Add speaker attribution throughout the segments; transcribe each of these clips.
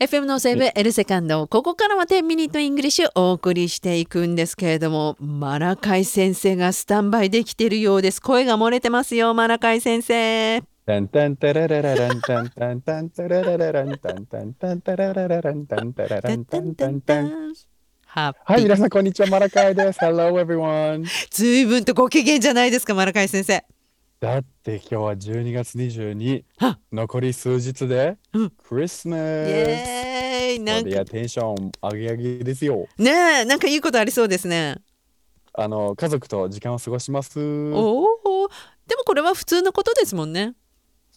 Speaker 1: FM のセーブエルセカンドここからは10ミニットイングリッシュお送りしていくんですけれどもマラカイ先生がスタンバイできているようです声が漏れてますよマラカイ先生
Speaker 2: タンタンタラララランタンタンタンタラララランタンタンタンタラララランタンタララ
Speaker 1: タ
Speaker 2: ン
Speaker 1: ン
Speaker 2: タ
Speaker 1: タ
Speaker 2: ン
Speaker 1: ン
Speaker 2: タ
Speaker 1: タ
Speaker 2: ン
Speaker 1: ン
Speaker 2: タ
Speaker 1: タ
Speaker 2: ン。
Speaker 1: ンハッ
Speaker 2: は
Speaker 1: ピ
Speaker 2: い、
Speaker 1: ー、
Speaker 2: 皆さん、こんにちは。マラカイです。Hello, everyone.
Speaker 1: ずいぶんとご機嫌じゃないですかマラカイ先生
Speaker 2: だって今日は12月22
Speaker 1: は、
Speaker 2: 残り数日で
Speaker 1: うん、
Speaker 2: クリスマ
Speaker 1: イ
Speaker 2: ス。
Speaker 1: エーイな
Speaker 2: こ
Speaker 1: ん
Speaker 2: れ
Speaker 1: か
Speaker 2: やテンション上げ上げですよ。
Speaker 1: ねえなんかいいことありそうですね
Speaker 2: あの、家族と時間を過ごします。そ
Speaker 1: おおでもこれは普通のことですもんね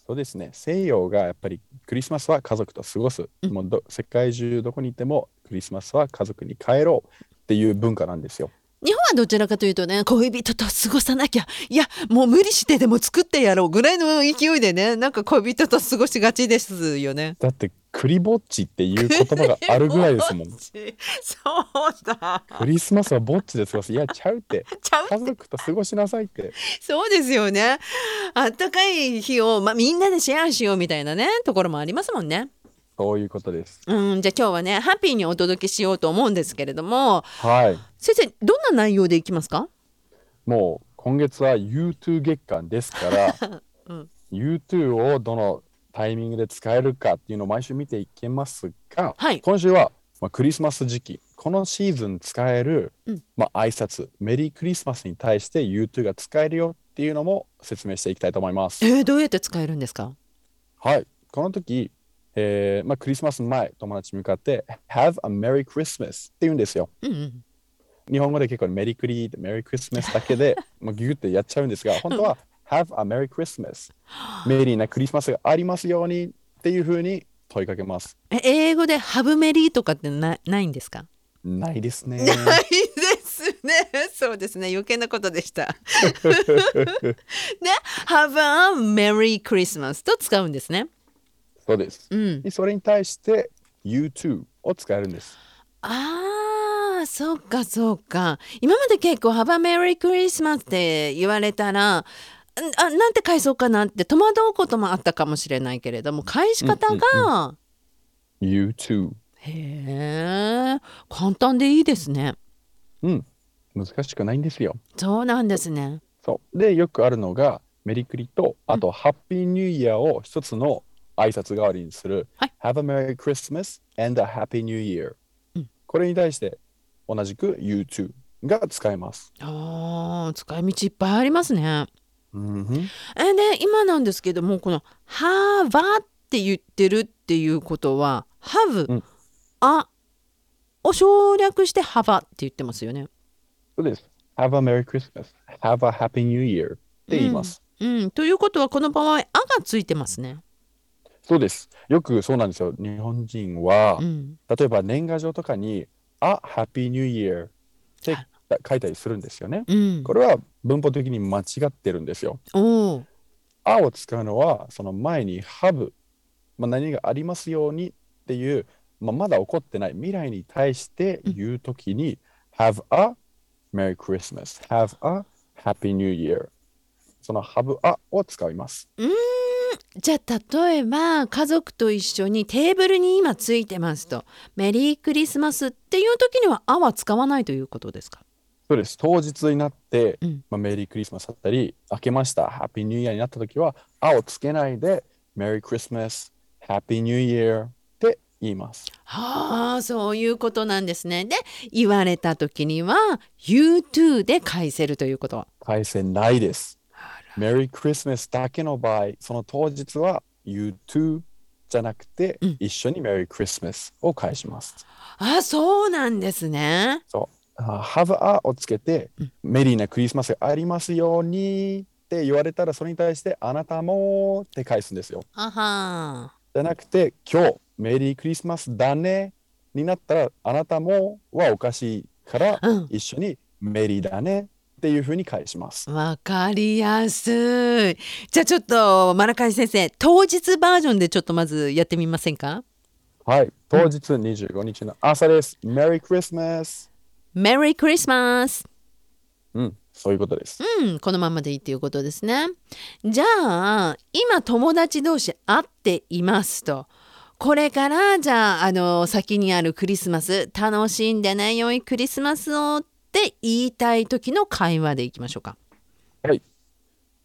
Speaker 2: うですね。西洋がやっぱりクリスマスは家族と過ごす。
Speaker 1: うん
Speaker 2: もうど世界中どこにいてもクリスマスは家族に帰ろうっていう文化なんですよ。
Speaker 1: 日本はどちらかというとね恋人と過ごさなきゃいやもう無理してでも作ってやろうぐらいの勢いでねなんか恋人と過ごしがちですよね。。
Speaker 2: だってクリぼっちっていう言葉があるぐらいですもん
Speaker 1: そうだ
Speaker 2: クリスマスはぼっちで過ごす。いや、ちゃうって。
Speaker 1: ちゃう
Speaker 2: 家族と過ごしなさいって。
Speaker 1: そうですよねあったかい日を、まあ、みんなでシェアしようみたいなねところもありますもんね。
Speaker 2: そういうことです。
Speaker 1: うんじゃあ今日はねハッピーにお届けしようと思うんですけれども
Speaker 2: はい。
Speaker 1: 先生どんな内容でいきますか
Speaker 2: もう今月は U2 月間ですから、
Speaker 1: うん
Speaker 2: U2 をどのタイミングで使えるかっていうのを毎週見ていけますが、
Speaker 1: はい
Speaker 2: 今週は、まあ、クリスマス時期、このシーズン使える、
Speaker 1: うん
Speaker 2: まあ挨拶、メリークリスマスに対して U2 が使えるよっていうのも説明していきたいと思います。
Speaker 1: えーどうやって使えるんですか
Speaker 2: はい。この時、えーまあ、クリスマスの前、友達に向かって、Have a Merry Christmas って言うんですよ。
Speaker 1: うんうん
Speaker 2: 日本語で結構メリクリーってメリークリスマスだけでもうギュってやっちゃうんですが、本当は Have a Merry Christmas。メリーなクリスマスがありますようにっていうふうに問いかけます。
Speaker 1: え英語でハブメリーとかってなないんですか
Speaker 2: ないですね。
Speaker 1: ないですね。そうですね。余計なことでした。ね、Have a Merry Christmas と使うんですね。
Speaker 2: そうです。
Speaker 1: うん。
Speaker 2: それに対して U2 を使えるんです。
Speaker 1: ああ、そうかそうか。今まで結構 Have a Merry Christmas って言われたら、んあなんて返そうかなって戸惑うこともあったかもしれないけれども返し方が、
Speaker 2: U2。
Speaker 1: へえ簡単でいいですね
Speaker 2: うん。難しくないんですよ。
Speaker 1: そうなんですね
Speaker 2: そう。で、よくあるのがメリクリと、あとハッピーニューイヤーを一つの挨拶代わりにする、
Speaker 1: はい
Speaker 2: Have a Merry Christmas and a Happy New Year、
Speaker 1: うん
Speaker 2: これに対して同じく U2 が使えます。
Speaker 1: あー使い道いっぱいありますね
Speaker 2: うん、
Speaker 1: えーで今なんですけどもこの「はば」って言ってるっていうことは「はぶ」
Speaker 2: うん
Speaker 1: あ」を省略して「はば」って言ってますよね。
Speaker 2: そうです。Have a Merry Christmas, Have a Happy New Year って言います。
Speaker 1: うん、ということはこの場合「あ」がついてますね。
Speaker 2: そうです。よくそうなんですよ。日本人は、
Speaker 1: うん、
Speaker 2: 例えば年賀状とかに、あ、Happy New Year って書いたりするんですよね。
Speaker 1: うん、
Speaker 2: これは文法的に間違ってるんですよ。
Speaker 1: おー
Speaker 2: あを使うのはその前にハブ、まあ、何がありますようにっていう、まあ、まだ起こってない未来に対して言うときに、Have a Merry Christmas Have a Happy New Year そのハブあを使います
Speaker 1: じゃあ例えば家族と一緒にテーブルに今ついてますと「メリークリスマス」っていう時には「あ」は使わないということですか。
Speaker 2: そうです当日になって、
Speaker 1: うん
Speaker 2: まあ、メリークリスマスだったり明けましたハッピーニューイヤーになったときはあをつけないで Merry Christmas Happy New Year って言います
Speaker 1: はあそういうことなんですね。で言われた時には「You too」で返せるということ。
Speaker 2: 返せないです
Speaker 1: あ
Speaker 2: メリークリスマスだけの場合、その当日は You too じゃなくて、
Speaker 1: うん
Speaker 2: 一緒にメリークリスマスを返します。
Speaker 1: あそうなんですね。
Speaker 2: あ Have a をつけて、メリーなクリスマスがありますようにって言われたら、それに対してあなたもって返すんですよ。
Speaker 1: あは
Speaker 2: じゃなくて、今日メリークリスマスだねになったら、あなたもはおかしいから、
Speaker 1: うん
Speaker 2: 一緒にメリーだねっていうふうに返します。
Speaker 1: わかりやすい。じゃあちょっとマラカイ先生当日バージョンでちょっとまずやってみませんか
Speaker 2: はい、当日25日の朝です。メリークリスマス
Speaker 1: メリークリスマス
Speaker 2: うん、そういうことです。
Speaker 1: うん、このままでいいということですね。じゃあ今友達同士会っていますとこれからじゃああの先にあるクリスマス楽しんでね良いクリスマスをって言いたい時の会話でいきましょうか。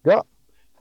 Speaker 2: が、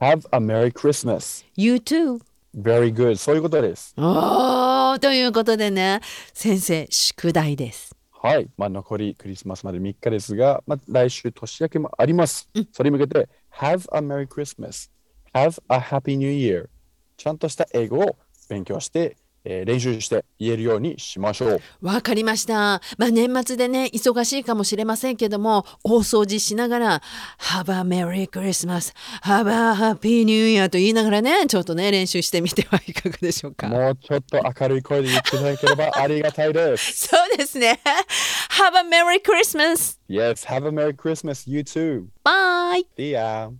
Speaker 2: Have a Merry Christmas.
Speaker 1: You too.
Speaker 2: Very good. そういうことです。
Speaker 1: おーということでね先生宿題です。
Speaker 2: はい。まあ、残りクリスマスまで3日ですが、まあ、来週年明けもあります。それに向けて、Have a Merry Christmas. Have a Happy New Year. ちゃんとした英語を勉強して、えー練習して言えるようにしましょう。
Speaker 1: わかりました。まあ年末でね忙しいかもしれませんけども大掃除しながら「Have a Merry Christmas」「Have a Happy New Year」と言いながらねちょっとね練習してみてはいかがでしょうか。
Speaker 2: もうちょっと明るい声で言っていただければありがたいです。
Speaker 1: そうですね。Have a Merry Christmas!
Speaker 2: Yes, have a Merry Christmas, you too.
Speaker 1: Bye!
Speaker 2: See ya.